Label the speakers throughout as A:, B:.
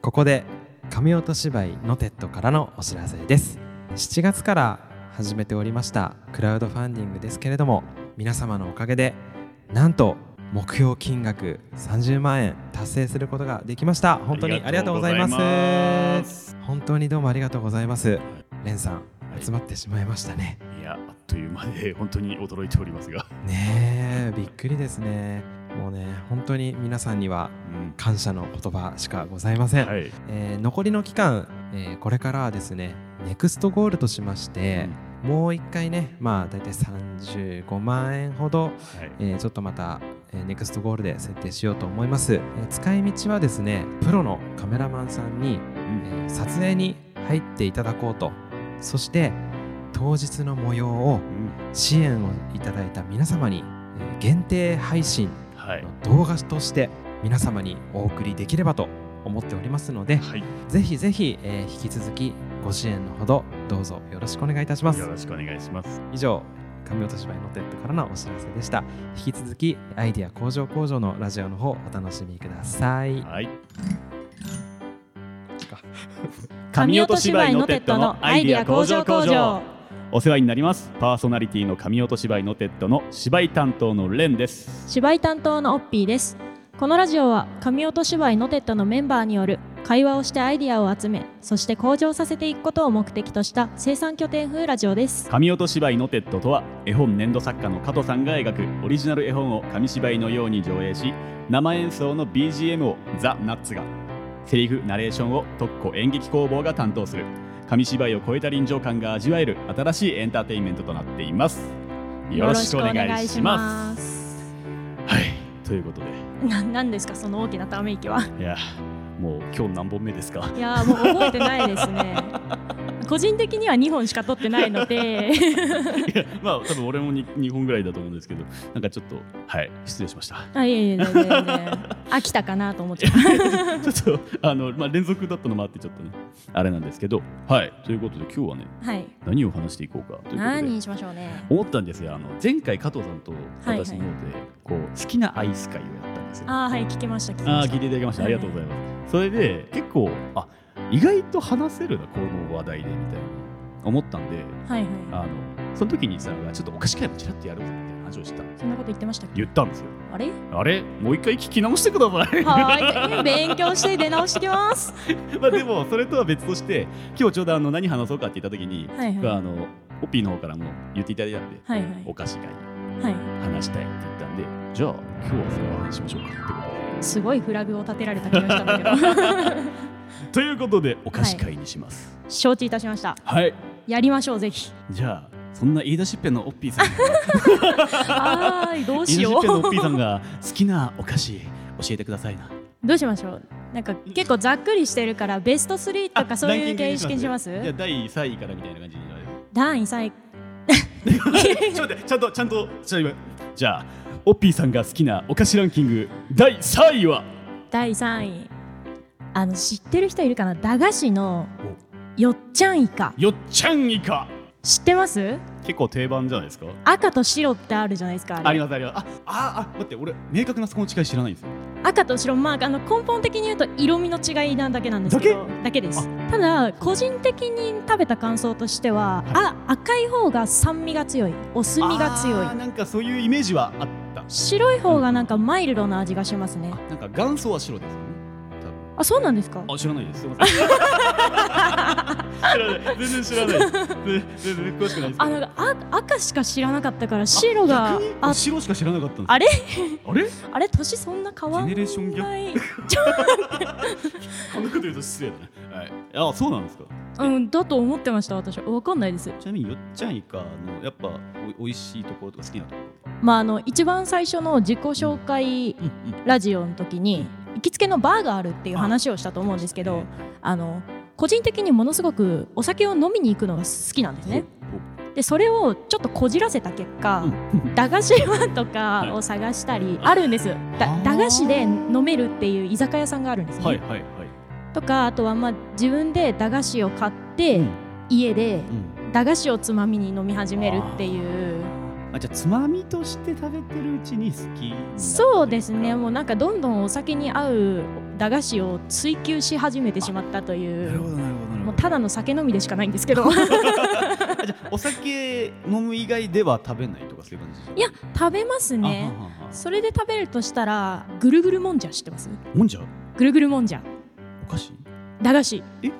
A: ここで神音芝居ノテットからのお知らせです7月から始めておりましたクラウドファンディングですけれども皆様のおかげでなんと目標金額30万円達成することができました本当にありがとうございます
B: ありがとうございます
A: 本当にどうもありがとうございますレンさん
B: はい
A: 集まってしまいましたね
B: いや、あっという間で本当に驚いておりますが、
A: ねえびっくりですねもうね本当に皆さんには感謝の言葉しかございません、
B: はい、
A: えー残りの期間、えーこれからはですねネクストゴールとしまして、もう一回ねまあ大体35万円ほど、
B: はい、
A: えーちょっとまた、えーネクストゴールで設定しようと思います、えー使い道はですねプロのカメラマンさんに、
B: う
A: え
B: ん
A: ー撮影に入っていただこうとそして当日の模様を
B: うん
A: 支援をいただいた皆様に、えー限定配信
B: はい
A: の、動画として皆様にお送りできればと思っておりますので
B: はい、
A: ぜひぜひ、えー引き続きご支援のほどどうぞよろしくお願いいたします
B: よろしくお願いします。
A: 以上神落と芝居のテッドからのお知らせでした引き続きアイディア工場工場のラジオの方お楽しみください
B: はい、
C: 神音芝居のテッドのアイディア工場工場
B: お世話になります。パーソナリティの神音芝居のテッドの芝居担当のレンです。
C: 芝居担当のオッピーですこのラジオは神音芝居のテッドのメンバーによる会話をしてアイディアを集めそして向上させていくことを目的とした生産拠点風ラジオです
B: 神音芝居のテッドとは絵本粘土作家の加藤さんが描くオリジナル絵本を紙芝居のように上映し生演奏の BGM をザ・ナッツがセリフ・ナレーションを特攻演劇工房が担当する紙芝居を超えた臨場感が味わえる新しいエンターテインメントとなっていますよろしくお願いします
C: す
B: はいということで
C: ななんですかその大きなため息はい
B: やもう今日何本目ですか
C: いやーもう覚えてないですね 個人的には2本しか撮ってないので
B: いやまあ多分俺も 2, 二本ぐらいだと思うんですけどなんかちょっとはい失礼しました
C: あいえいえいえいえいえ飽きたかなと思っちゃっ た
B: ちょっとあの、まあ、連続だったのもあってちょっとねあれなんですけどはいということで今日はね
C: はい
B: 何を話していこうかということ
C: 何
B: で
C: にしましょうね
B: 思ったんですよあの前回加藤さんと私の方で、こう好きなアイス会をやったんですよ。
C: あーはい聞きました聞き
B: あ
C: ま
B: ー
C: し
B: 聞いていただきましたあ
C: はい
B: りがとうございます。それで結構あ意外と話せるなこの話題でみたいな思ったんで
C: たはいはい
B: あのその時にさちょっとお菓子会もちらっとやろうぜみたいな話をしたんです
C: そんなこと言ってましたっけ
B: 言ったんですよ。
C: あ れ
B: あれもう一回聞き直してください。
C: はーい勉強して出直してき ます
B: まあでもそれとは別として今日ちょうどあの何話そうかって言った時に、
C: はいはい
B: あのオッピーの方からも言っていただいたんで、
C: はいはい
B: お菓子会
C: はい
B: 話したいって言ったんでじゃあ今日はその話しましょうかってこ
C: すごいフラグを立てられた気がしたんだけ ど
B: とでということでお菓子会にします
C: 承知いたしました
B: はい、
C: やりましょうぜひ
B: じゃあそんな言い出しっぺのオッピーさんが
C: あーい どう
B: 言い
C: し
B: 出し
C: よ
B: っぺのオ
C: う
B: ッピーさんが好きなお菓子教えてくださいな
C: どうしましょうなんか結構ざっくりしてるからベスト3とかそういう形式にします
B: いや第3位からみたいな 感じになる
C: 第3位
B: ちょっと待ってちゃんとちゃんとちゃんとじゃあオッピーさんが好きなお菓子ランキング第3位は
C: 第3位あの知ってる人いるかな駄菓子のよっちゃんイカ
B: よっちゃんイカ
C: 知ってます
B: 結構定番じゃないですか
C: 赤と白ってあるじゃないですかあれ
B: ありますありますあああ待って俺明確なそこの違い知らないんですよ
C: 赤と白まああの根本的に言うと色味の違いなだけなんですけどだけですただ個人的に食べた感想としては、あ赤い方が酸味が強いお酢味が強い
B: あーなんかそういうイメージはあった
C: 白い方がなんかマイルドな味がしますね
B: あなんか元祖は白ですよね
C: あそうなんですか
B: あ知らないですすいません 知らない全然知らないです全全然詳しくないです
C: あなんかあ赤しか知らなかったから白が
B: 逆に
C: あ
B: 白しか知らなかったんです
C: あれ
B: あれ
C: あれ年そんな変わんな
B: ジ
C: い
B: ェネレーションギャこんなこと言うと失礼だねはいあそうなんですか
C: うんだと思ってました私わかんないです
B: ちなみによっちゃんイカのやっぱおおいしいところとか好きなとこ
C: まああの一番最初の自己紹介
B: ろ
C: ラジオの時に行きつけのバーがあるっていう話をしたと思うんですけど、あの個人的にものすごくお酒を飲みに行くのが好きなんですね。でそれをちょっとこじらせた結果、 駄菓子屋とかを探したり、あるんですだ駄菓子で飲めるっていう居酒屋さんがあるんですね。
B: はいはいはい
C: とかあとはまあ自分で駄菓子を買って、家で駄菓子をつまみに飲み始めるっていう。
B: あじゃあつまみとして食べてるうちに好き
C: そうですね
B: う
C: もうなんかどんどんお酒に合う駄菓子を追求し始めてしまったとい
B: なるほ
C: う
B: どなるほどなる
C: も
B: ほ
C: う
B: ど
C: ただの酒飲みでしかないんですけ ど
B: あ じゃあお酒飲む以外では食べないとかそういう感じ
C: いや食べますね
B: あははは
C: それで食べるとしたらぐるぐるもんじゃ知ってます
B: もんじゃ
C: ぐるぐるもんじゃ
B: お菓子
C: 駄菓子
B: え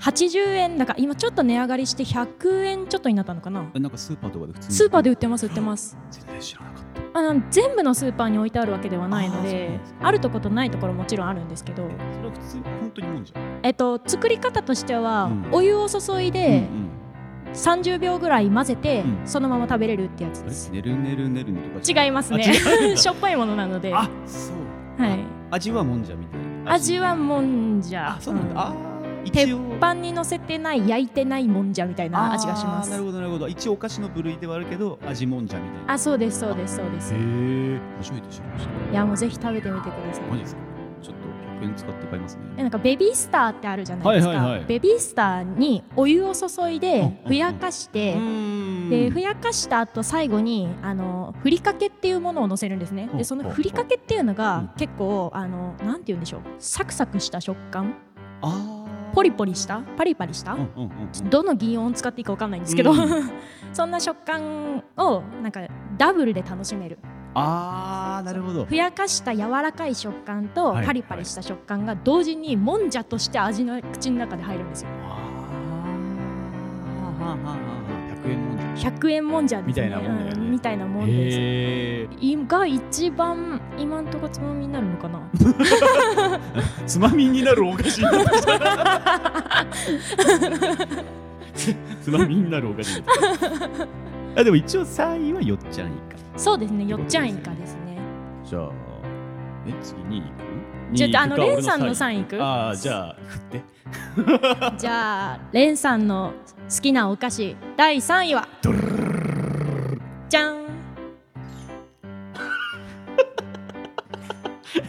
C: 80円だから今ちょっと値上がりして100円ちょっとになったのかな
B: えなんかスーパーとかで普通に
C: スーパーで売ってます売ってます
B: 全然知らなかった
C: あの全部のスーパーに置いてあるわけではないの
B: あーそうな
C: で
B: んですね
C: あるとことないところもちろんあるんですけど
B: えそれは普通に本当にもんじゃ
C: えっと作り方としては、
B: うん
C: お湯を注
B: う
C: い
B: んう
C: で
B: ん
C: 30秒ぐらい混ぜて、
B: うん
C: そのまま食べれるってやつ
B: あ
C: で
B: れ
C: す
B: ねるねるねるねとかじゃ
C: 違いますね
B: あ違う
C: しょっぱいものなので
B: あそう
C: はい、
B: 味はもんじゃみたいな
C: 味はもんじゃ
B: あそうなんだあー
C: 鉄
B: 一応
C: パンに乗せてない焼いてないもんじゃみたいな味がしま
B: あーな
C: す
B: るほどなるほど一応お菓子の部類ではあるけど味もんじゃみたいな
C: あそうですそうですそうです
B: へえ初めて知りました
C: いやもうぜひ食べてみてください
B: マジですかちょっと100円使って買います
C: え
B: ね
C: なんかベビースターってあるじゃないですか、
B: はいはいはい
C: ベビースターにお湯を注
B: う
C: い
B: んう
C: で
B: んうん
C: ふやかして、
B: ん
C: でふやかした後最後にあのふりかけっていうものを乗せるんですね
B: ほう
C: でその
B: ほう
C: ふりかけっていうの
B: うん
C: が結構あのなんて言うんでしょうサクサクした食感
B: あー
C: ポリポリしたパリパリした、
B: うんうんうんうん
C: どの擬音を使っていいかわかんないんですけど、
B: うん
C: そんな食感をなんかダブルで楽しめる
B: あーなるほど
C: ふやかした柔らかい食感と
B: はい
C: パリパリした食感が同時にもんじゃとして味の口の中で入るんですよ
B: あーはあはあはあ100円もんじゃ
C: 100円もんじゃです、ね、
B: みたいなもんだよね
C: うみたいなもんです
B: へえ
C: いが一番今んとこつまみになるのかな
B: つまみになるお菓子になってきたつつまみになるお菓子 になってきたあでも一応3位はよっちゃんいか
C: そうですねよっちゃんいかですね
B: じゃあえ次2位いく
C: じゃああのレンさんの
B: 位
C: 3位いく
B: ああじゃあ振って
C: じゃあレンさんの好きなお菓子第3位はじゃん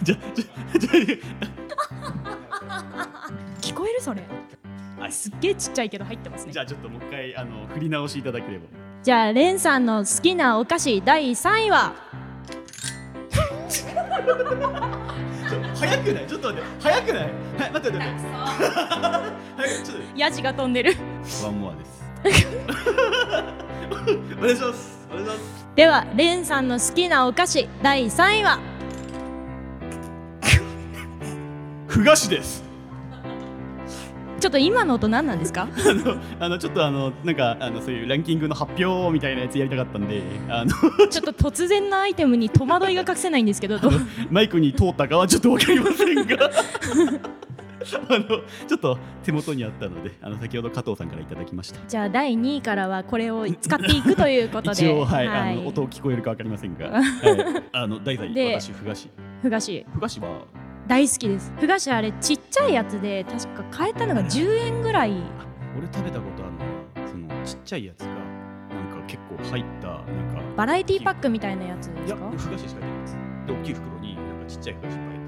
B: じゃじゃじ
C: 聞こえるそれ
B: ゃあ
C: すっげえちっちゃいけど入ってますね
B: じゃあちょっともう一回あの振り直しいただければ
C: じゃあレンさんの好きなお菓子第3位は
B: ちょ早くないちょっと待って早くないはい待って待って待って早くちょっ
C: ヤジが飛んでる
B: とワンモアですお願いしますお願いします
C: ではレンさんの好きなお菓子第3位は
B: ふがしです
C: ちょっと今の音何なんです
B: あ
C: か
B: のあのちょっとあのなんかあのそういうランキングの発表みたいなやつやりたかったんであの
C: ちょっと突然なアイテムに戸惑いが隠せないんですけどどう
B: マイクに通ったかはちょっとわかりませんがあのちょっと手元にあったのであの先ほど加藤さんからいただきました
C: じゃあ第2位からはこれを使っていくということで
B: 一応はい、 あの音聞こえるかわかりません が、はい、あの大体
C: で
B: 私ふがし
C: ふ菓子
B: ふがしは
C: 大好きですふ菓子あれちっちゃいやつで確か買えたのが10円ぐらい
B: 俺食べたことあるのそのちっちゃいやつがなんか結構入ったなんか
C: バラエティパックみたいなやつで
B: い
C: す
B: や
C: か
B: ふがししか出ないですで大きい袋になんかちっちゃいふがしいっぱい入ってる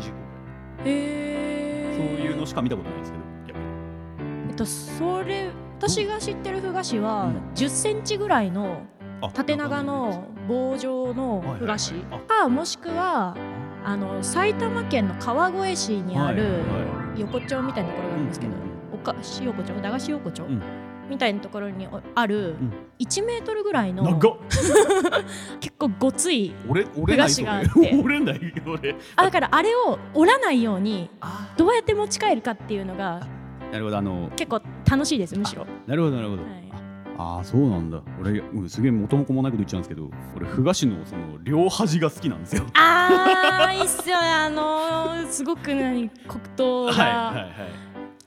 B: 20個
C: へえ
B: そういうのしか見たことないですけど逆に
C: えっとそれ私が知ってるふ菓子は、
B: うん
C: 1 0センチぐらいの
B: あ
C: 縦長の棒状のふ菓子
B: はいはいはい
C: かもしくはあの埼玉県の川越市にあ
B: はい
C: る
B: は
C: 横丁みたいなところがあるんですけど、
B: うんうん
C: お菓子横丁駄菓子横丁、
B: うん
C: みたいなところにある
B: ん
C: 1メートルぐらいの
B: 長っ
C: 結構ごつい
B: 折れ折れない
C: ふ
B: それ
C: がしがあって
B: 折れない 俺
C: あだからあれを折らないように
B: あ
C: どうやって持ち帰るかっていうのが
B: なるほどあの
C: 結構楽しいですむしろ
B: なるほどなるほど、
C: はい
B: ああーそうなんだ俺うんすげえ元も子もないこと言っちゃうんですけど俺ふがしのその両端が好きなんですよ
C: あーいいっすよねあのー、すごく何黒糖
B: はいはい
C: が
B: はい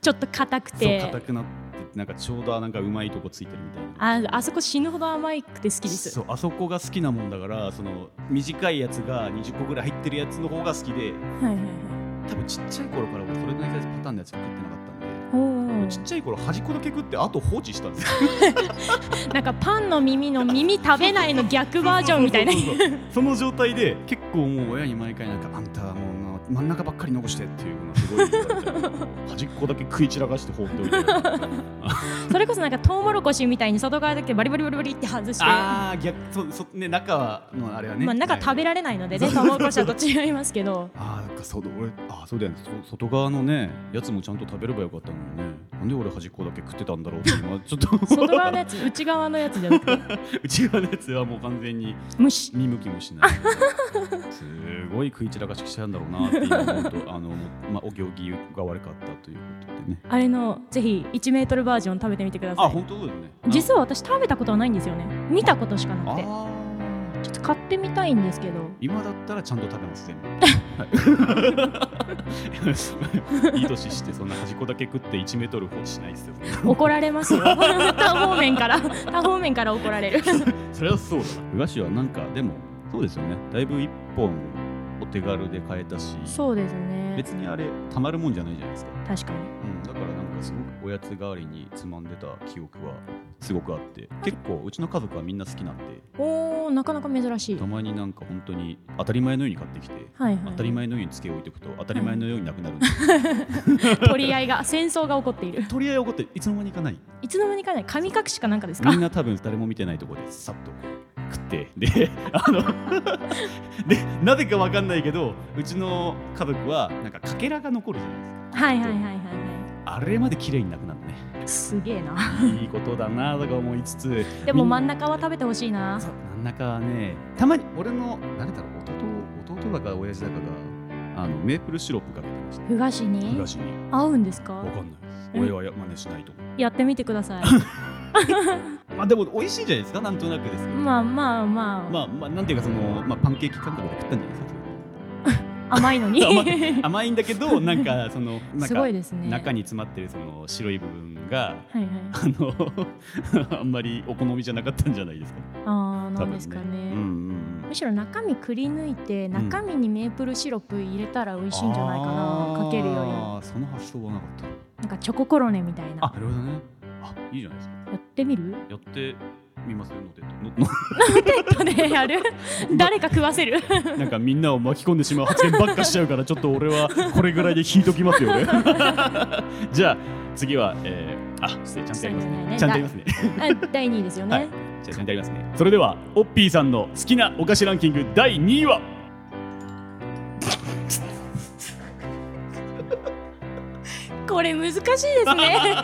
C: ちょっと硬く
B: そう
C: て、
B: 硬くなってなんかちょうどなんかうまいとこついてるみたいな
C: ああそこ死ぬほど甘くて好きです
B: そうあそこが好きなもんだからその短いやつが20個ぐらい入ってるやつの方が好きで
C: はいはいはい
B: 多分ちっちゃい頃から俺それなりのサイズパターンのやつしか食ってなかったんで
C: お
B: 俺ちっ
C: ー
B: ちゃい頃端っこだけ食ってあと放置したんですよ
C: なんかパンの耳の耳食べないの逆バージョンみたいな
B: そうそうそうそうその状態で結構もう親に毎回なんかあんたもうな真ん中ばっかり残してっていうのがすごい言われて 端っこだけ食い散らかして放っておいて
C: それこそなんかトウモロコシみたいに外側だけバリバリバリバリって外して
B: ああ逆そそね中はのあれはね
C: まあ、中食べられないのでね、トウモロコシだと違いますけど
B: あーなんかそうだ俺あーそうだよねそ外側のねやつもちゃんと食べればよかったのにねなんで俺端っこだけ食ってたんだろうって今ちょっと
C: 外側のやつ内側のやつじゃなくて
B: 内側のやつはもう完全に
C: 無視
B: 見向きも しないすごい食い散らかししちゃうんだろうなって今思うと あの、まあ、お行儀が悪かったということでね
C: あれのぜひ1メートルバージョン食べてみてくださ
B: あ
C: い
B: 本当だよね
C: 実は私食べたことはないんですよね見たことしかな
B: あ
C: くて
B: あー
C: ちょっと買ってみたいんですけど
B: 今だったらちゃんと食べます全部はい いい年してそんな端っこだけ食って1メートル放置しないですよ
C: 怒られ ますよ他方面から他方面から怒られる
B: それはそうだな。和紙はなんかでもそうですよね。だいぶ一本お手軽で買えたし、
C: そうですね
B: 別にあれたまるもんじゃないじゃないですか。
C: 確かに
B: うん、だからなんかすごくおやつ代わりにつまんでた記憶はすごくあって、結構うちの家族はみんな好きなんで、
C: おーなかなか珍しい
B: たまになんか本当に当たり前のように買ってきて。
C: はいはい
B: 当たり前のようにつけ置いておくと当たり前のようになくなるんで、
C: 取り合いが戦争が起こっている
B: とりあえず怒っていつの間にかない
C: いつの間にかね神隠しかなんかですか
B: みんな多分誰も見てないところでさっと食ってであのでなぜかわかんないけどうちの家族はなんかかけらが残るじゃないですか
C: はいはいはいはいは
B: あれまで綺麗になくなるね
C: いすげえない
B: いことだなとか思いつつ
C: でも真ん中は食べてほしいな
B: そう真ん中はねたまに俺の誰だろう弟弟だか親父だかがあのメープルシロップかけてました
C: ふ菓子に
B: 東に
C: 合うんですか
B: わかんないです俺はや真似しないと思
C: やってみてください
B: うまあでも美味しいんじゃないですかなんとなくですけど
C: まあまあまあ、
B: まあまあなんていうかその、まあ、パンケーキ感覚で食ったんじゃないですか
C: 甘いの に
B: 甘い甘いんだけどなんかそのなん
C: すご
B: か
C: いですね
B: 中に詰まってるその白い部分が
C: はいはい
B: あのあんまりお好みじゃなかったんじゃないですか。
C: ああ
B: 多
C: なん
B: 分
C: ですかね
B: うんうんうん
C: むしろ中身くり抜いて中身にメープルシロップ入れたら美味しいんじゃないかな
B: あー
C: かけるよ
B: その発想はなかった。
C: りなんかチョココロネみたいな
B: なるほどね。あいいじゃないですか。
C: やってみる
B: やってみます のでの
C: ねやる 誰か食わせる
B: の なんかみんなを巻き込んでしまう発言ばっかしちゃうからちょっと俺はこれぐらいで引いときますよ ね。じゃあ次は、えー、あ失礼ちゃんとやりますね。ちゃんとやりますね。
C: あ第2位ですよね、
B: はいじゃあちゃんとやりますね。それではオッピーさんの好きなお菓子ランキング第2位は。
C: これ難しいです ね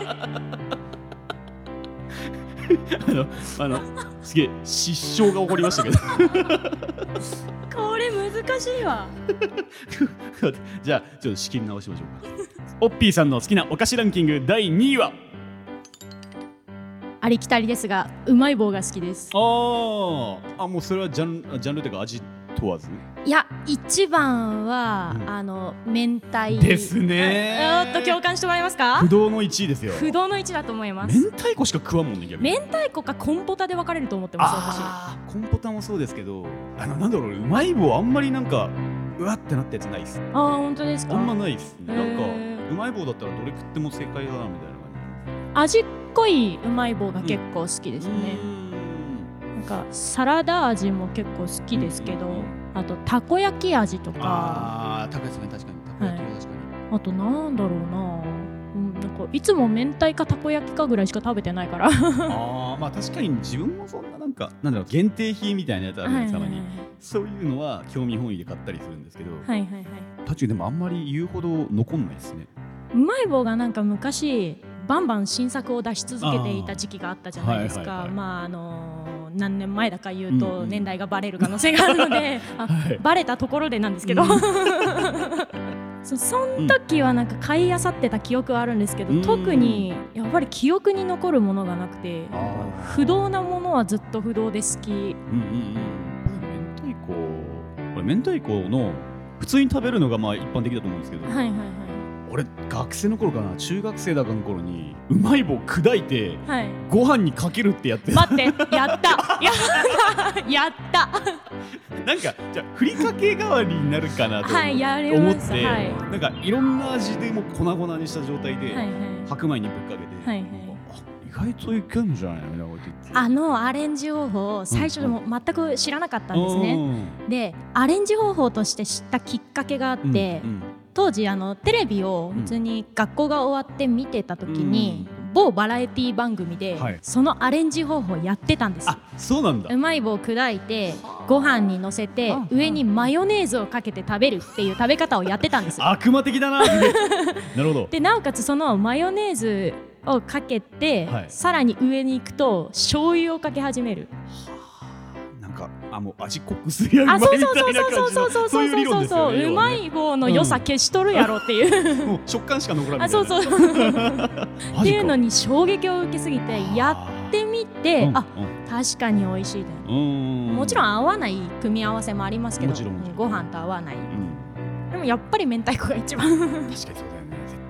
B: あの、あの、すげえ失笑が起こりましたけ
C: これ難しいわ
B: ど。じゃあ、ちょっと仕切り直しましょうか。オッピーさんの好きなお菓子ランキング第2位は。
C: ありきたりですがうまい棒が好きです
B: ああ、あ、もうそれはジャンル、ジャンルというか、味問わず。
C: いや一番は、
B: うん
C: あの明太
B: ですね
C: あおっと共感してもらえますか
B: 不動の1位ですよ。
C: 不動の位置だと思います
B: 明太子しか食わんもんね、逆に。
C: 明太子かコンポタで分かれると思ってます私
B: ああ、コンポタもそうですけど、あの、なんだろう、うまい棒、あんまりなんか。うわってなったやつないっす。
C: あー本当です
B: あんま
C: か
B: ないっすね。
C: へ
B: な
C: ー
B: んか、うまい棒だったら、どれ食っても正解だなみたいな感
C: 味っこいうまい棒が結構好きで
B: じ。
C: すね、
B: うーん。
C: なんかサラダ味も結構好きですけど、
B: うんうんう
C: あとたこ焼き味とか
B: ああ、高いですね、確かに。高い
C: はい
B: 確かに。
C: あとなんだろうなうん、なんかいつも明太かたこ焼きかぐらいしか食べてないから
B: ああまあ確かに自分もそんななんかなんだろう限定品みたいなやつあるんですたまにそういうのは興味本位で買ったりするんですけど、
C: はいはいはいはい
B: タチューでもあんまり言うほど残んないですね
C: うまい棒がなんか昔バンバン新作を出し続けていた時期があったじゃないです
B: あーはいはい
C: か
B: はい
C: まああのー何年前だか言う
B: うんう
C: と
B: ん
C: 年代がバレる可能性があるので、 あ
B: はい
C: バレたところでなんですけど、
B: うん
C: そそん時はなんか買いあさってた記憶はあるんですけど、
B: うん
C: 特にやっぱり記憶に残るものがなくて
B: あ
C: 不動なものはずっと不動で好き
B: うんうんうん明太子俺明太子の普通に食べるのがまあ一般的だと思うんですけど、
C: はいはいはい
B: 俺学生の頃かな中学生だかの頃にうまい棒砕いて
C: はい
B: ご飯にかけるってやってた
C: 待ってやった やったやった
B: なんかじゃあふりかけ代わりになるかなと思っ
C: は
B: て
C: いやれ
B: 思っ
C: ます
B: て、
C: はい
B: なんかいろんな味でもう粉々にした状態で、
C: はいはい
B: 白米にぶっかけて、
C: はいはい
B: あ意意外といけるんじゃないのみたいなこと言って
C: あのアレンジ方法を最初でも全く知らなかったんですね。でアレンジ方法として知ったきっかけがあっ
B: うん
C: て、
B: うん
C: 当時あのテレビを普通に学校が終わって見てた時に、某バラエティ番組で、
B: はい
C: そのアレンジ方法やってたんですよ。
B: あそうなんだ
C: うまい棒砕いてご飯にのせて
B: うん
C: 上にマヨネーズをかけて食べるっていう食べ方をやってたんですよ。
B: 悪魔的だな なるほど
C: でなおかつそのマヨネーズをかけて、
B: はい
C: さらに上に行くと醤油をかけ始 める
B: なんかあもう味濃くすりゃうまい
C: あ
B: みた
C: そ
B: いうな
C: そうそうそ
B: 感じの
C: うそうそう
B: そ
C: そうう
B: いう理
C: そ
B: 論
C: う
B: です
C: そ
B: よ
C: う、
B: ね
C: う
B: 要は
C: ま
B: ね
C: い棒の良さ消しとるやろっていう、
B: もう食感しか残らない
C: あそうそううっ
B: って
C: いうのに衝撃を受けすぎてやってみて、あ確かに美味しいだよ、
B: うんうん
C: もちろん合わない組み合わせもありますけど
B: もちろんもちろん
C: ご飯と合わない
B: うん
C: でもやっぱり明太子が 一番
B: 確かにそうだよね絶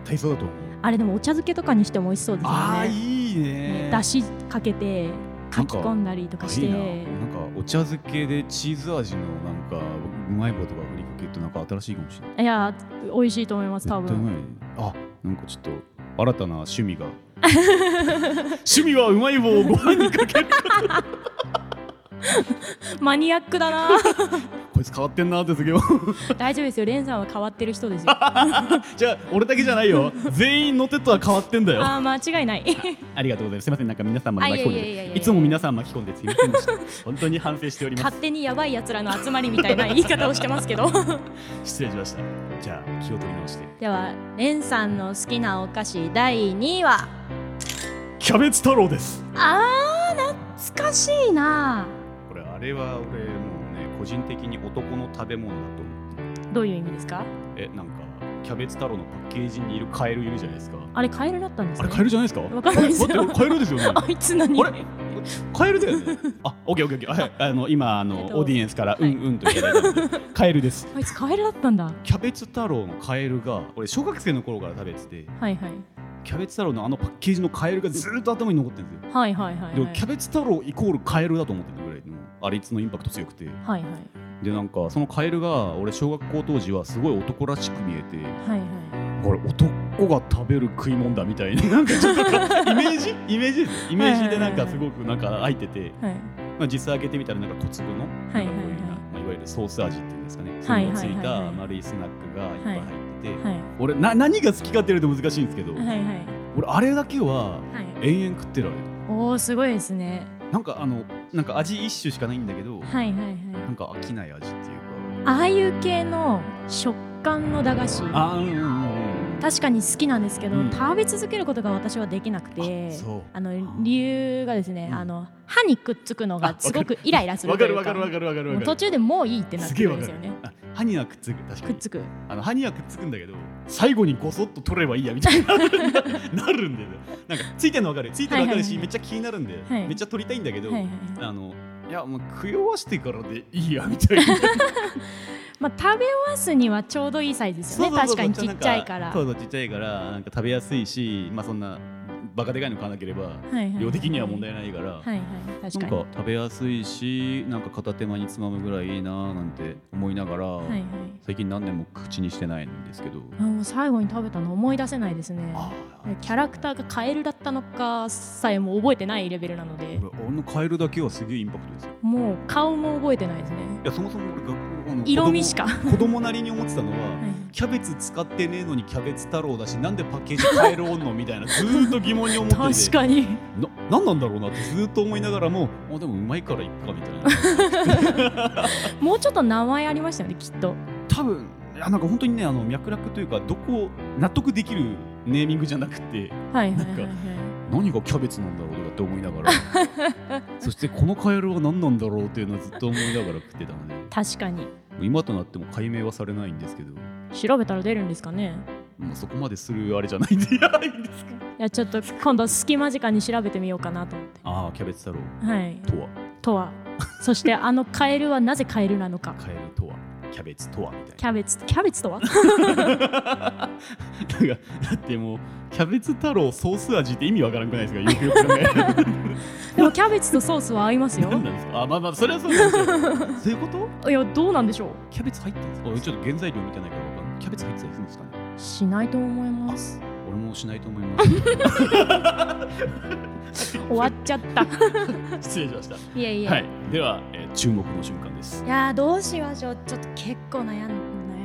B: 対そうだと思う
C: あれでもお茶漬けとかにしても美味しそうですよね
B: あーいいね
C: だしかけてかき込んだりとかして
B: いいななんかお茶漬けでチーズ味のなんかうまい棒とかふりかけってなんか新しいかもしれない
C: いや美味しいと思います多
B: 絶対うま
C: 分
B: いあなんかちょっと新たな趣味が趣味はうまい棒をご飯にか ける
C: マニアックだな
B: こいつ変わってんなってすげえ
C: 大丈夫ですよレンさんは変わってる人ですよあ
B: じゃあ俺だけじゃない よ全員のテッドは変わってんだよあ
C: ー間違いない
B: りがとうございますすいませんなんか皆さんまで巻き込ん
C: あいやいやいやい
B: で
C: や
B: いつも皆さん巻き込んですいませんでした 本当に反省しております
C: 勝手にやばいやつらの集まりみたいな言い方をしてますけ ど
B: 失礼しましたじゃあ気を取り直して
C: ではレンさんの好きなお菓子第2位は
B: キャベツ太郎です
C: あー懐かしいな
B: これあれは俺もうね個人的に男の食べ物だと思って
C: どういう意味ですか
B: えなんかキャベツ太郎のパッケージにいるカエルいるじゃないですか
C: あれカエルだったんです
B: あ
C: ね
B: れカエルじゃないですか
C: わかんないですよ
B: え待ってこれカエルですよね
C: あいつ何
B: あれカエルだよねあオッケーオッケーオッケーはいあの今あの、
C: えっと
B: オーディエンスからうんうんといただいたんで カエルです
C: あいつカエルだったんだは
B: キャベツ太郎のカエルが俺小学生の頃から食べてて
C: いはい
B: キャベツ太郎のあのパッケージのカエルがずーっと頭に残ってるんですよ
C: はいはいはい
B: で
C: は
B: も
C: い
B: キャベツ太郎イコールカエルだと思ってるぐらいのあれいつのインパクト強くて
C: はいはい
B: でなんかそのカエルが俺小学校当時はすごい男らしく見えて
C: はいはい
B: これ男が食べる食い物だみたいな なんかちょっとイメージイメージですイメージでなんかすごくなんか入ってて、
C: はい
B: まあ、実際開けてみたらなんか小粒のなんかこういうような
C: はいはいはい
B: まあいわゆるソース味っていうんですかねそ
C: はい
B: れ
C: はい
B: がつ
C: はいいはい
B: た丸いスナックがいっぱい入ってて、
C: はい
B: 俺な何が好きかって言われて難しいんですけど、
C: はいはい
B: 俺あれだけは
C: はい
B: 延々食ってられる
C: おおすごいですね
B: なんかあのなんか味一種しかないんだけど、
C: はいはいはい
B: なんか飽きない味っていう
C: ああいう系の食感の駄菓子
B: かあうんうんうん
C: 確かに好きなんですけど、
B: うん
C: 食べ続けることが私はできなくて
B: あそう
C: あの理由がですね、
B: うん
C: あの歯にくっつくのがすごくイライラする
B: わか
C: とい
B: る
C: う
B: わかるわかるわかる
C: も
B: わ
C: う
B: か
C: 途
B: る
C: 中でもういいってなって
B: すげえ
C: くる
B: わか
C: んです
B: る
C: よね
B: あ歯にはくっつく確か
C: くっ
B: に
C: つく
B: あの歯にはくっつくんだけど最後にごそっと取ればいいやみた いななるんだよねなんかついてんのわかるついてんのわかるし、
C: はいはいはい
B: めっちゃ気になるんで、
C: はい
B: めっちゃ取りたいんだけど、
C: はいはい
B: あのいやもう食い終わしてからでいいやみたいな
C: まあ、食べ終わすにはちょうどいいサイズですよね確かにちっちゃいから
B: そうそうちっちゃいからなんか食べやすいしまあそんなバカでかいの買わなければ
C: はいはい
B: 量的には問題ないから、
C: はいはい
B: な
C: 確
B: ん
C: かに
B: か食べやすいしなんか片手間につまむぐらいいいなーなんて思いながら、
C: はいはい
B: 最近何年も口にしてないんですけど、
C: あもう最後に食べたの思い出せないですね
B: あ
C: キャラクターがカエルだったのかさえも覚えてないレベルなので
B: ー俺あのカエルだけはすげえインパクトですよ
C: もう顔も覚えてないですね
B: いやそもそも俺学校あの
C: 色味しか、
B: 子供子供なりに思ってたのは、
C: はい
B: キャベツ使ってねえのにキャベツ太郎だしなんでパッケージ変えるおんのみたいなずーっと疑問に思ってて
C: 確かに
B: な何なんだろうなってずーっと思いながらもあでもうまいからいっかみたいな
C: もうちょっと名前ありましたよねきっと
B: 多分いやなんか本当にねあの脈絡というかどこを納得できるネーミングじゃなくて
C: はい
B: な
C: は
B: ん
C: い
B: か
C: はいはい
B: 何がキャベツなんだろうとかって思いながら そしてこのカエルは何なんだろうっていうのはずっと思いながら食ってたので
C: 確かに
B: 今となっても解明はされないんですけど、
C: 調べたら出るんですかね
B: まあ、そこまでするあれじゃないん でいやいいんですか
C: いやちょっと今度隙間時間に調べてみようかなと思って
B: ああキャベツ太郎
C: はい
B: とは
C: とは そしてあのカエルはなぜカエルなのか
B: カエルとはキャベツとはみたいな
C: キャベツキャベツとは
B: なんかだってもうキャベツ太郎ソース味って意味わからんくないですかよくよく考えたら
C: でもキャベツとソースは合いますよ
B: 何なんですかあまあまあそれはそう なんですよそういうこと
C: いやどうなんでしょ
B: キャベツ入ってるんですかあちょっと原材料見てないからわかんないキャベツ入ってたりするんですかね
C: うしないと思います
B: 俺俺もしないと思い ます
C: 終わっちゃった
B: 失礼しました
C: いやいや、、
B: はいいでは、えー注目の瞬間です
C: やーどうしましょうちょっと結構悩ん悩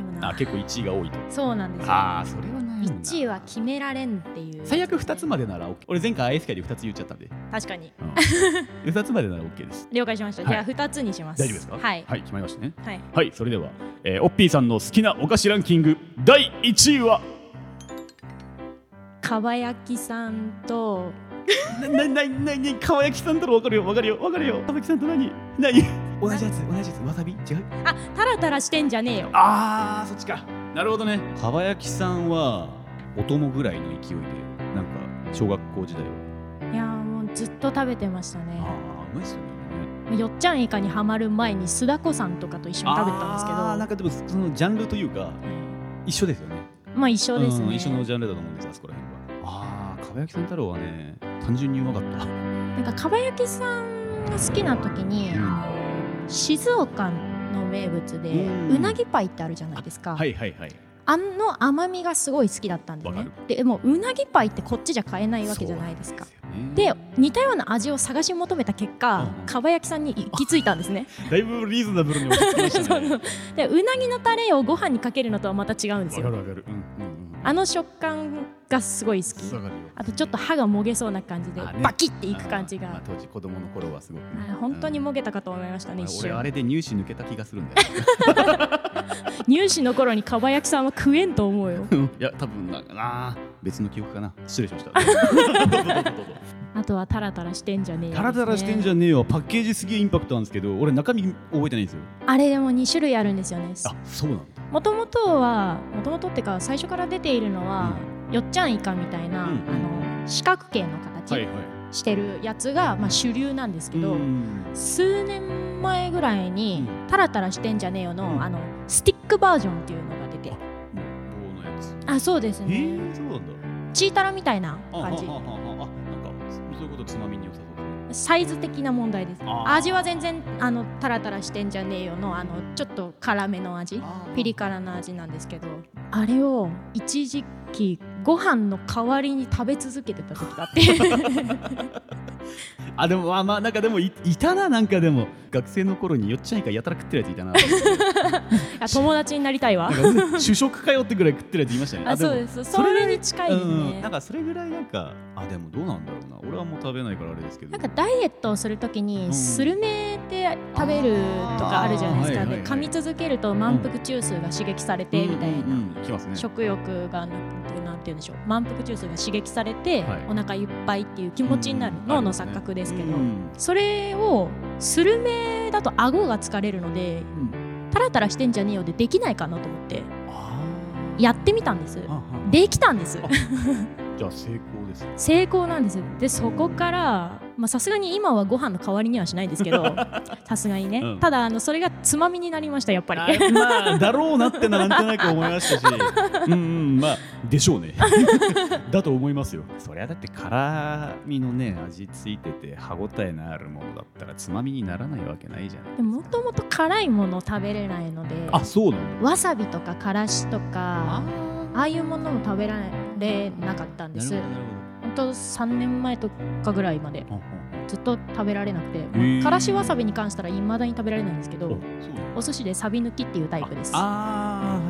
C: む
B: あ
C: な
B: 結構1位が多いと
C: そうなんですよ
B: ああそれはないな
C: 1位は決められんっていう
B: 最悪2つまでなら OK 俺前回 IS 界で2つ言っちゃったんで、
C: 確かに
B: うん2つまでなら OK です
C: 了解しました、
B: はい
C: じゃあ二つにします
B: 大丈夫ですか
C: はい
B: はい、決まりましたね
C: はい
B: はいそれでは、えー、オッピーさんの好きなお菓子ランキング第1位は
C: かば焼きさんと
B: な、な、な、な、な、かわやきさんとのわかるよ、わかるよ、わかるよ。かわやきさんと何何同じやつ、同じやつ、わさび違う
C: あタラタラしてんじゃねえよ
B: あー、そっちか。なるほどね。かわやきさんは、お供ぐらいの勢いで、なんか、小学校時代を。
C: いやーもうずっと食べてましたね
B: あー、うまいっすよね。
C: よっちゃんイカにはまる前に須田子さんとかと一緒に食べたんですけど
B: あーなんかでも、そのジャンルというか、一緒ですよね。
C: まあ一緒ですね、
B: ん、一緒のジャンルだと思うんです、あそこら辺は。あー、かわやきさん太郎はね、単純にうまかった。
C: なんかかば焼きさんが好きな時に、
B: うん
C: あの静岡の名物で、
B: う
C: うんなぎパイってあるじゃないですか、
B: はいはいはい。
C: あの甘みがすごい好きだったんです
B: わか
C: ねでもううなぎパイってこっちじゃ買えないわけじゃないですか
B: そうなんです
C: で
B: よね
C: 似たような味を探し求めた結果
B: うん
C: かば焼きさんに行き着いたんですね
B: だいぶリーズナブルに落ち着きま
C: そ う
B: した
C: そ
B: ね。
C: うでうなぎのタレをご飯にかけるのとはまた違うんです
B: わかるわ
C: よ
B: かる。うんうんうん。
C: あの食感がすごい好き
B: わかるよ。
C: あとちょっと歯がもげそうな感じで
B: あね
C: バキっていく感じ
B: あーまあ
C: が
B: 当時子供の頃はすごくね、
C: はい本当に
B: も
C: もげたかと思いましたね一
B: 俺あ
C: 瞬
B: れで乳歯抜けた気がするんだよ。
C: 入試の頃にかば焼きさんは食えんと思うよ
B: いや多分なんかな別の記憶かな。失礼しました。どうぞどうぞどうぞ
C: あとはタラタラしてんじゃねえよ
B: タラタラしてんじ
C: ゃ
B: ゃねえよ。パッケージすげえインパクトなんですけど、俺中身覚えてないんですよ。
C: あれでも2種類あるんですよね
B: あそうなんだ。
C: もともとはもともとってか最初から出ているのは、よっちゃんイカみたいな、
B: うん
C: あの四角形の形
B: はい。
C: してるやつが、まあ、主流なんですけど、
B: うん
C: 数年前ぐらいに「
B: うん
C: タラタラしてんじゃねえよの」
B: うん
C: あのスティックバージョンっていうのが出て
B: もう棒のやつ。
C: あそうです
B: え
C: ね
B: ー、そうなんだ。
C: チータラみたいな
B: あああああ
C: 感じ
B: あなんかそういうことつまみに良さそうですね。
C: サイズ的な問題です
B: あー
C: 味は全然あのタラタラしてんじゃねえよのあのちょっと辛めの味
B: あー
C: ピリ。辛な味なんですけどあれを一時期ご飯の代わりに食べ続けてた時があって
B: あでもまあまあなんかでもいいたななんかでも学生の頃によっちゃんいかやたら食ってるやついたな
C: あ友達になりたいわ
B: なんか主食かよってぐらい食ってるやついましたね
C: あそうですそれに近いです
B: うんうん
C: ね
B: なんかそれぐらいなんかあでもどうなんだろうな俺はもう食べないからあれですけど
C: なんかダイエットをするとき
B: うん
C: にスルメで食べるとかあるじゃないです
B: あ
C: か
B: ーはいはい
C: で
B: はい
C: 噛み続けると満腹中枢が刺激されてみたい
B: うん
C: な
B: うんうんきますね
C: 食欲がなんてなんて言うんでしょう満腹中枢が刺激されて
B: はい
C: お腹いっぱいっていう気持ちになる
B: うん
C: 脳の錯覚ですけど
B: うん
C: それをスルメだと顎が疲れるので
B: うん
C: タラタラしてんじゃねえよでできないかなと思って
B: あー
C: やってみたんです
B: ああ
C: できたんです
B: あじゃあ成功です
C: 成功なんですでそこからまあさすがに今はご飯の代わりにはしないです けどさすがにね、
B: うん
C: ただあのそれがつまみになりましたやっぱり
B: あまあだろうなってのはなんとなく思いましたしうんうんまあでしょうね だと思いますよそりゃだって辛みのね味ついてて歯ごたえのあるものだったらつまみにならないわけないじゃない
C: でももともと辛いもの食べれないので
B: あそうなんだ
C: わさびとかからしとかああいうものも食べられなかったんで
B: なる
C: す
B: ほど
C: ほ
B: なる
C: んと3年前とかぐらいまで
B: ほど
C: ずっと食べられなくて、まあ
B: ー
C: からしわさびに関したらいまだに食べられないんですけ
B: あ
C: ど
B: そうなんだ
C: お寿司でサビ抜きっていうタイプです
B: あ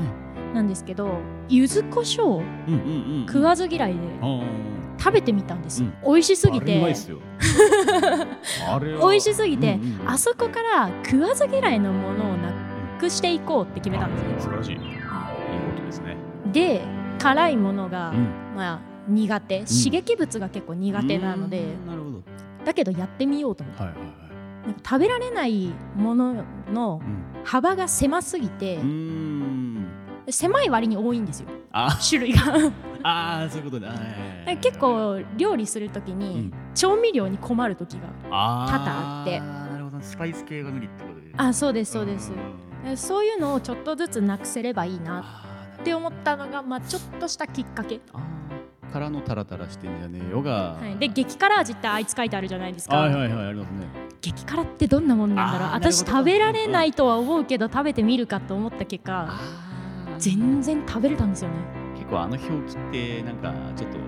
C: なんですけど柚子胡椒
B: あはいうんうんうん
C: 食わず嫌いで
B: あ
C: 食べてみたんです、
B: うん
C: 美味しすぎ
B: あれう
C: て
B: まいっすよあれは
C: 美味しすぎて、
B: うんうんうん
C: あそこから食わず嫌いのものをなくしていこうって決めたんですね
B: 素晴らしいいいことですね
C: で辛いものが、
B: うん
C: まあ苦手刺激物が結構苦手なので、
B: うんなるほど
C: だけどやってみようと思って
B: はいはいは
C: なんか食べられないものの
B: い
C: 幅が狭すぎて
B: う、んうーん
C: 狭い割に多いんですよ
B: あ
C: 種類が
B: あーそういうことねはいはいはいはい
C: 結構料理する時
B: う
C: に
B: ん
C: 調味料に困る時が多々あって
B: ーなるほどスパイス系が無理ってことで
C: あそうですそうです
B: ん
C: でそういうのをちょっとずつなくせればいいな
B: あー
C: って思ったのが、まあ、ちょっとしたきっかけ、
B: あーからのタラタラしてんじゃねえよが
C: はい、で激辛味ってあいつ書いてあるじゃないですか、
B: はいはいはいありますね
C: 激辛ってどんなもんなんだろう
B: あーなるほ
C: 私
B: ど
C: 食べられないとは思うけど食べてみるかと思った結果
B: あ
C: 全然食べれたんですよね
B: 結結構あの表記ってなんかちょっと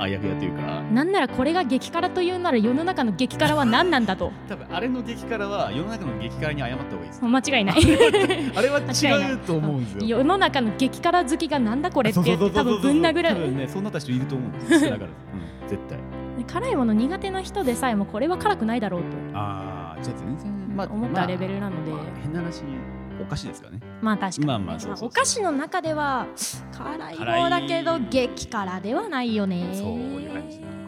B: あやふやというか
C: なんならこれが激辛というなら世の中の激辛は何なん だと
B: 多分あれの激辛は世の中の激辛に謝った方がいいです
C: 間違いない
B: あれは違うと思うんですよ
C: 世の中の激辛好きがなんだこれって言って多分ぶん殴ら
B: 多
C: れ
B: 分
C: る
B: ねそうなった人いると思うんですよだから、うん、絶対
C: 辛いもの苦手な人でさえもこれは辛くないだろう
B: ああじゃあ全然まあ
C: と思ったレベルなので、
B: まあ変な話お菓子ですからね
C: まあ確かにね、
B: まあまあそうそうそう
C: お菓子の中では辛い方だけど
B: 辛い
C: 激辛ではないよね
B: そういう感じなのか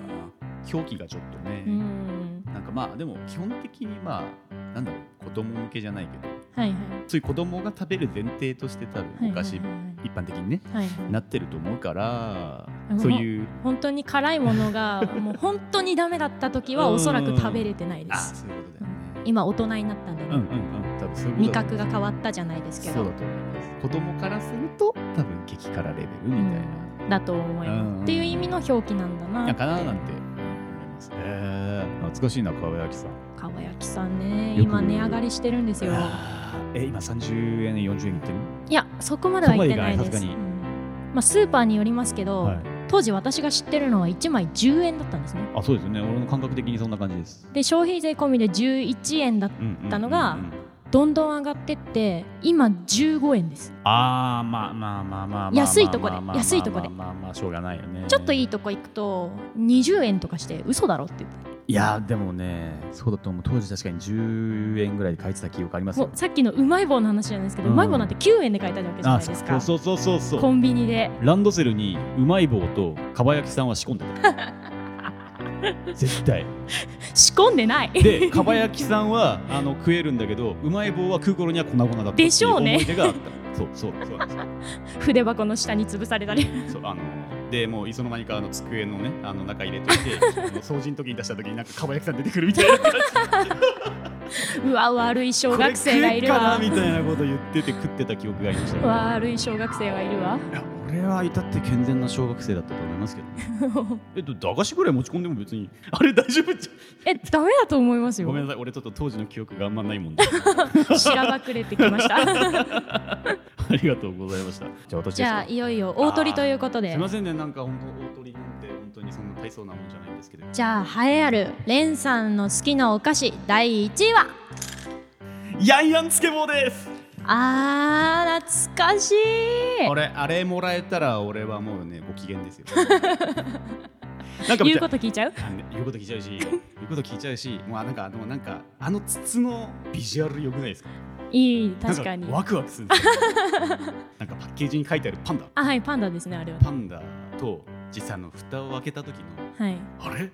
B: な表記がちょっとね、
C: うん
B: なんかまあでも基本的にまあなんだろう子供向けじゃないけど
C: はいはい
B: そういう子供が食べる前提として多分お菓子、
C: はい
B: 一般的にね
C: はいはいはいはい
B: なってると思うから
C: うん
B: そういう
C: 本当に辛いものがもう本当にダメだった時はおそらく食べれてないで
B: あ
C: す
B: そういうことだよね
C: 今大人になったんでね、
B: うんうんうん多分そういうこと
C: 味覚が変わったじゃないですけ
B: そう
C: ど
B: だと思います子供からすると多分激辛レベルみたいな、
C: だと思います、
B: うん
C: っていう意味の表記なんだな
B: な
C: っ
B: んかななんて
C: て
B: 思いますえー、懐かしいな川崎さん
C: 川焼さんね
B: よく
C: 今値上がりしてるんですよ
B: あーえ今30円40円いってる
C: いやそこまではいってない
B: そこ
C: で
B: ま
C: す
B: でいかないさすがに
C: うんまあ、スーパーによりますけど、当時私が知ってるのは1枚10円だったんですね
B: あそうですよね俺の感覚的にそんな感じです
C: で消費税込みで11円だ
B: うんうんうんうん
C: たのがどんどん上がってって今15円です
B: あーまあまあまあまあまあまあ
C: 安いとこで
B: まあまあまあ
C: 安いとこで
B: まあまあまあしょうがないよね
C: ちょっとい
B: い
C: いとこ行くと20円とかして嘘だろって言って
B: いやでもねそうだと思う当時確かに10円ぐらいで買えてた記憶あります
C: もう
B: よ
C: さっきのうまい棒の話じゃないですけど、
B: う
C: うんまい棒なんて9円で買えたわけじゃないですか
B: そうそうそうそうそ
C: コ
B: う
C: ンビニで
B: ランドセルにうまい棒とかば焼きさんは仕込んで た絶対
C: 仕込んでない
B: でかば焼きさんはあの食えるんだけどうまい棒は食う頃には粉々だったってい
C: でしょうね
B: 思い出があったそうそうそうなんですよ
C: 筆箱の下に潰さ れたり
B: そうあのでもういその間にかあの机のねあの中入れとい てあの掃除の時に出した時になんかかば焼きさん出てくるみたいな感じ
C: うわ悪い小学生がいるわ
B: これ食えっかなみたいなこと言ってて食ってた記憶がありましたけど
C: 悪い小学生がいるわ
B: いや俺は至って健全な小学生だったと思いますけどね、えっと駄菓子ぐらい持ち込んでも別に あれ大丈夫じ
C: えダメだと思います
B: ゃん
C: よ
B: ごめんなさい俺ちょっと当時の記憶があんまないもんで
C: しらばくれてきました
B: ありがとうございましたじゃあ私ですか
C: じゃあいよいよ大鳥ということ
B: す
C: で
B: みませんね、なんか本当大鳥なんて本当にそんな大層なもんじゃないんですけど。
C: じゃあ栄えあるレンさんの好きなお菓子第1位は
B: ヤンヤンつけ棒です。
C: あー懐かしい
B: 俺あれもらえたら俺はもうねご機嫌 ですよ。なんか
C: 言うこと聞いちゃう
B: あね言うこと聞いちゃうし、言うこと聞いちゃうし、もうあなんかあのなんかあの筒のビジュアル良くないですか。
C: いい確かに
B: なんワクワクするんですよ。 なんかパッケージに書いてあるパンダ、
C: あはいパンダですねあれはね
B: パンダと実際あの蓋を開けた時の
C: はい
B: あれ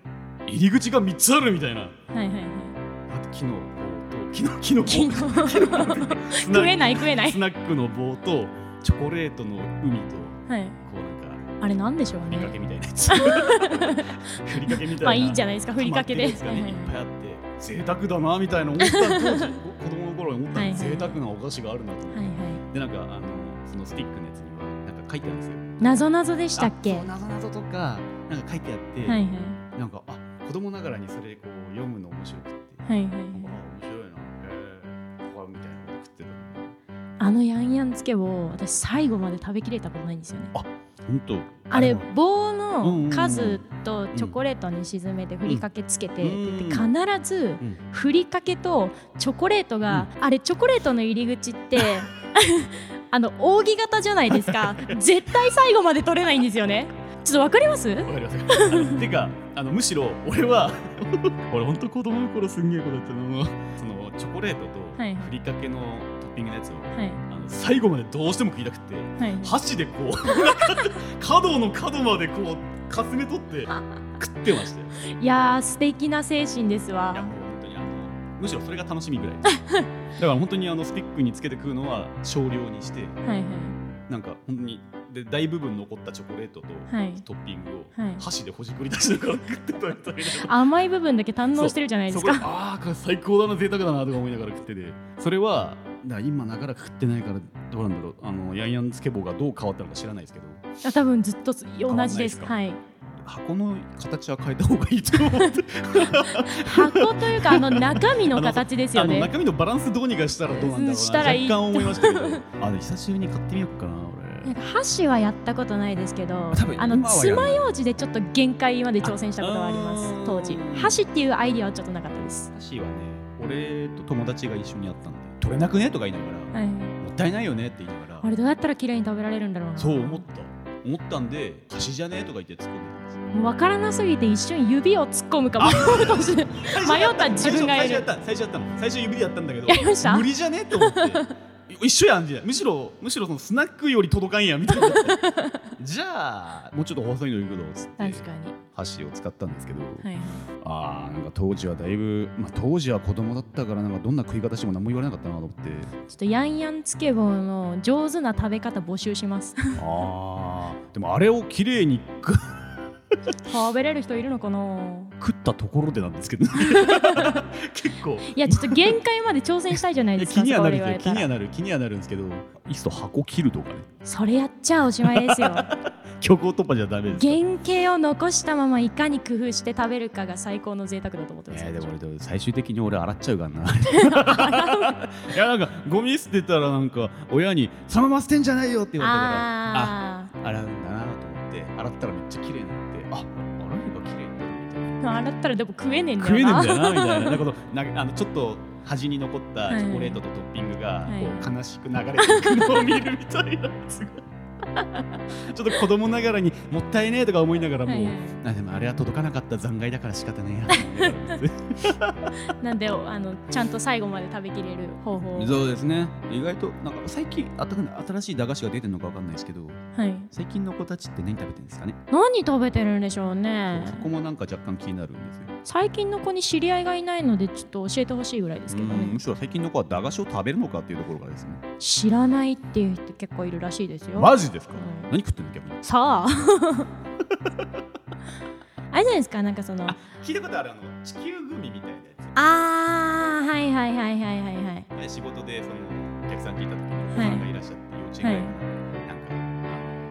B: 入り口が三つあるみたいな。
C: はいはいはい
B: あと木の棒と木の木の棒。
C: 昨日食えない食えない
B: スナックの棒とチョコレートの海とこ
C: はい、
B: うなんか
C: あれなんでしょう
B: ふりか
C: ね
B: けみたいなや つふりかけみたいな
C: まあいいじゃ
B: ない
C: ないですかふりかけで
B: ですかね
C: はいい
B: っ
C: はい
B: ぱいあって贅沢だなみたいな思った当時子供の頃に思った
C: はい
B: の
C: はい
B: 贅沢なお菓子があるなと思って、
C: はいはい
B: でなんかあのそのスティックのやつにはなんか書いてあるんですよ
C: 謎謎でしたっけ
B: あ
C: は
B: そう
C: い
B: なぞなぞとかなんか書いてあって、
C: はい
B: なんかあ子供ながらにそれこう読むの面白くって、
C: はいは
B: な
C: い
B: んかあ面白いなへえここみたいなこと食ってた
C: あのヤンヤンつけ棒私最後まで食べきれたことないんですよね
B: 本当
C: あれ棒の数とチョコレートに沈めてふりかけつけて、
B: うん
C: で
B: うん
C: 必ず
B: うん
C: ふりかけとチョコレートが、あれチョコレートの入り口って あの扇形じゃないですか絶対最後まで取れないんですよねちょっとわかります
B: わかりませ ん。てかあのむしろ俺は俺本当子供の頃すんげえことやってたのそのチョコレート
C: はい
B: とふりかけのトッピングのやつを、
C: はい
B: あの最後までどうしても食いたくて
C: はい
B: 箸でこうなんか角の角までこうかすめ取 って食ってましたよ。
C: いやー素敵な精神です
B: いや
C: わ
B: もう本当にあのむしろそれが楽しみぐらい。だから本当にあのスティックにつけて食うのは少量にして
C: はい
B: なんか本当にで大部分残ったチョコレートと
C: はいはい
B: トッピングを
C: はい
B: 箸でほじくり出しながら食ってたみたいな。
C: 甘い部分だけ堪能してるじゃないで
B: そ
C: す
B: こで
C: か
B: ああこれ最高だな贅沢だなとか思いながら食っててそれはだから今長らく食ってないからどうなんだろうあのヤンヤンつけ棒がどう変わったのか知らないですけど
C: あ多分ずっと同じです
B: 変わん
C: は
B: ない箱の形は変えた方がいいと思って
C: 箱というかあの中身の形ですよ
B: あの
C: ね
B: 中身のバランスどうにかしたらどうなんだろうな
C: したらい い
B: 若干思いましたけどあの久しぶりに買ってみようかな
C: なんか箸はやったことないですけど
B: 多分
C: あの
B: 今はや
C: 爪
B: らない
C: 楊枝でちょっと限界まで挑戦したことはあります
B: ああー
C: 当時箸っていうアイディアはちょっとなかったです
B: 箸はね俺と友達が一緒にやったんで取れなくねとか言いながら、
C: はい
B: もったいないよねって言いなが
C: あ
B: ら
C: れどうやったら綺麗に食べられるんだろうな
B: そう思った思ったんで箸じゃねえとか言って突っ込んでたんですよ
C: もう分からなすぎて一瞬指を突っ込むかもかもしれない迷った自分が
B: 最
C: いる
B: 初やった最初やったの最初指でやったんだけど
C: やりました
B: 無理じゃねと思って一緒やんじゃむしろむしろそのスナックより届かんやみたいになってじゃあもうちょっと細いのいくぞっつって
C: 確かに
B: 箸を使ったんですけど、
C: はい
B: あーなんか当時はだいぶ、まあ、当時は子供だったからなんかどんな食い方しても何も言われなかったなと思って
C: ちょっとヤンヤンつけ棒の上手な食べ方募集します
B: あーでもあれを綺麗に食
C: 食べれる人いるのかな
B: 食ったところでなんです けど、ね、結構
C: いやちょっと限界まで挑戦したいじゃない
B: いや
C: です
B: 気
C: か
B: にはなる
C: そ
B: け
C: こ
B: ど
C: で
B: 気
C: 言わ
B: には
C: れたら
B: なる気にはなるんですけどいっそ箱切るとかね
C: それやっちゃおしまいですよ
B: 虚構突破じゃダメですか
C: 原型を残したままいかに工夫して食べるかが最高の贅沢だと思ってます、
B: えー、でも俺でも最終的に俺洗っちゃうからな いやなんかゴミ捨てたらなんか親に「そのまま捨てんじゃないよ」って言われたからあ
C: あ
B: 洗うんだなと思って洗ったらめっちゃ綺麗になってあ洗えば綺麗になるみたいな
C: ー洗ったらでも食えねえんだ
B: 食え
C: よ
B: ねえ
C: なん
B: だよなみたいななんかこのなんかあのちょっと端に残った
C: はい
B: チョコレートとトッピングが
C: はい
B: こう悲しく流れていくのを見るみたいな やつがちょっと子供ながらにもったいねえとか思いながらもう、
C: はいはい
B: あでもあれは届かなかった残骸だから仕方ねえやと思いながら
C: なんであのちゃんと最後まで食べきれる方法を
B: そうですね意外となんか最近あったか新しい駄菓子が出てるのかわかんないですけど
C: はい
B: 最近の子たちって何食べてるんですかね、
C: 何食べてるんでしょうね
B: そこもなんか若干気になるんですよ
C: 最近の子に知り合いがいないのでちょっと教えてほしいぐらいですけど
B: うん
C: ね
B: むしろ最近の子は駄菓子を食べるのかっていうところがですね
C: 知らないっていう人結構いるらしいですよ、
B: ジですか
C: うん
B: 何食ってんの逆に
C: さああれじゃないですかなんかそのあ
B: 聞いたことあるあの地球グミみたいなや
C: あーはいはいはいはいはいはい
B: つ仕事でそのお客さん聞いた時にお子
C: はい
B: さんがいらっしゃって幼稚園ぐらいかななんかあ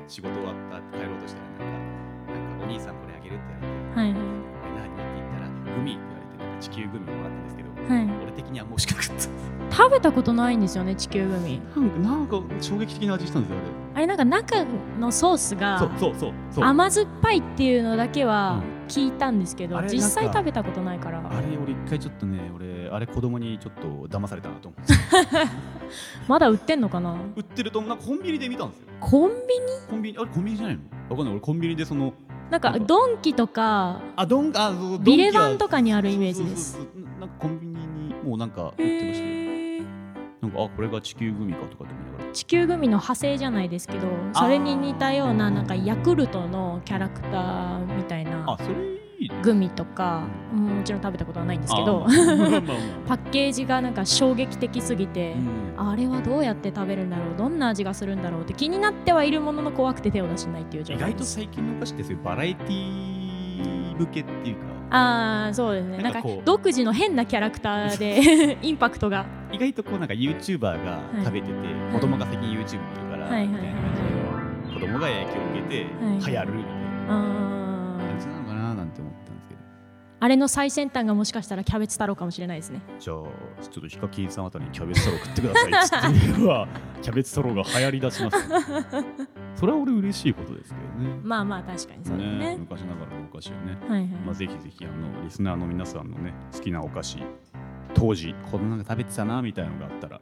B: の仕事終わった帰ろうとしたらなんかなんかお兄さんこれあげるって言われて「こ
C: はい
B: れ何?」って言ったら「グミ」って言われてなんか地球グミもらったんですけど
C: はい、はい、
B: 俺的にはもうしか食った
C: 食べたことないんですよね地球グミ
B: なんかなんか衝撃的な味したんですよ
C: あれなんか中のソース
B: あ
C: が
B: れそうそうそうそう
C: 甘酸っぱいっていうのだけは
B: う
C: 聞いたんですけど、
B: あれ
C: 実際
B: なんか
C: 食べたことないから
B: あれ俺一回ちょっとね俺あれ子供にちょっと騙されたなと思って
C: まだ売ってんのかな
B: 売ってると思うなんかコンビニで見たんですよ
C: コンビニ
B: コンビニあれコンビニじゃないのわかんない俺コンビニでその
C: なんかドンキとか
B: あどんあそう
C: ビレ
B: ドンキは
C: バンとかにあるイメージです
B: そうそうそうなんかコンビニにもうなんか売ってましたよ
C: へー
B: なんかあこれが地球グミかとかって思いながら
C: 地球グミの派生じゃないですけど
B: あー
C: それに似たようななんかヤクルトのキャラクターみたいな
B: あそれいいね
C: グミとかうんもちろん食べたことはないんですけど
B: あまあまあまあ
C: パッケージがなんか衝撃的すぎて、
B: うん
C: あれはどうやって食べるんだろうどんな味がするんだろうって気になってはいるものの怖くて手を出しないっていう状
B: 意
C: 態
B: 外
C: で
B: と
C: す
B: 最近のお菓子ってそういうバラエティー向けっていうか
C: ああそうですね
B: な
C: なんん
B: か
C: か
B: こう
C: 独自の変なキャラクタ ーでインパクトが
B: 意外とこうなんか YouTuber が
C: い
B: 食べてて、子供が最近 YouTube 見るから、
C: はいはい
B: みたいな感じで子供が影響を受けて、
C: はい
B: 流行るみたいな
C: あ
B: 感
C: ー
B: じなのかななんて思ったんですけど
C: あれの最先端がもしかしたらキャベツ太郎かもしれないですね
B: じゃあちょっとヒカキンさんあたりにキャベツ太郎食ってくださいっつって 言えばキャベツ太郎が流行りだしますね、それは俺嬉しいことですけどね
C: まあまあ確かにそうですね
B: 昔ながらのお菓子をね、
C: はいはい、
B: まあ、ぜひぜひあのリスナーの皆さんのね好きなお菓子当時こんなの食べてたなみたいなのがあったら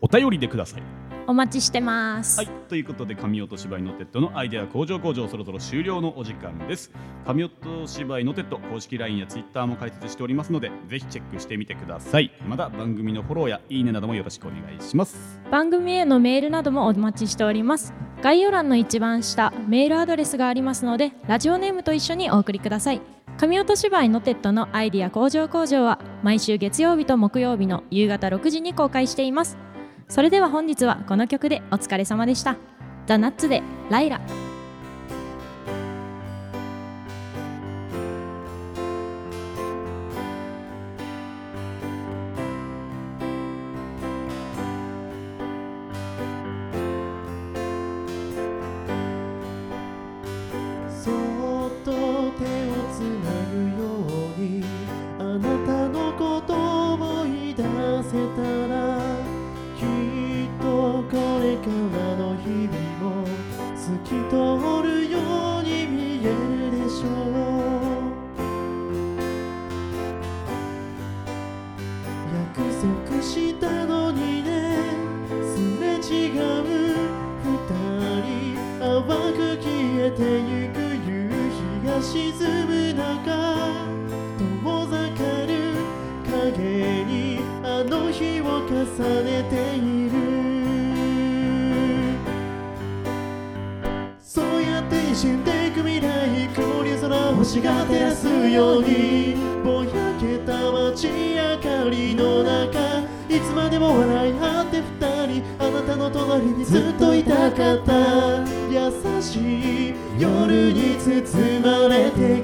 B: お便りでください
C: お待ちしてます、
B: はい、ということで神落と芝居のテッドのアイデア工場工場そろそろ終了のお時間です神落と芝居のテッド公式 LINE や Twitter も開設しておりますのでぜひチェックしてみてくださいまた番組のフォローやいいねなどもよろしくお願いします
C: 番組へのメールなどもお待ちしております概要欄の一番下メールアドレスがありますのでラジオネームと一緒にお送りください神音芝居のテッドのアイディア工場工場は毎週月曜日と木曜日の夕方6時に公開していますそれでは本日はこの曲でお疲れ様でしたザ・ナッツでライラ
D: そっと手をつなぐようにあなたのことを思い出せたらきっとこれからの日々も重ねているそうやって死んでいく未来曇り空を星が照らすようにぼやけた街明かりの中いつまでも笑い合って二人あなたの隣にずっといたかった優しい夜に包まれて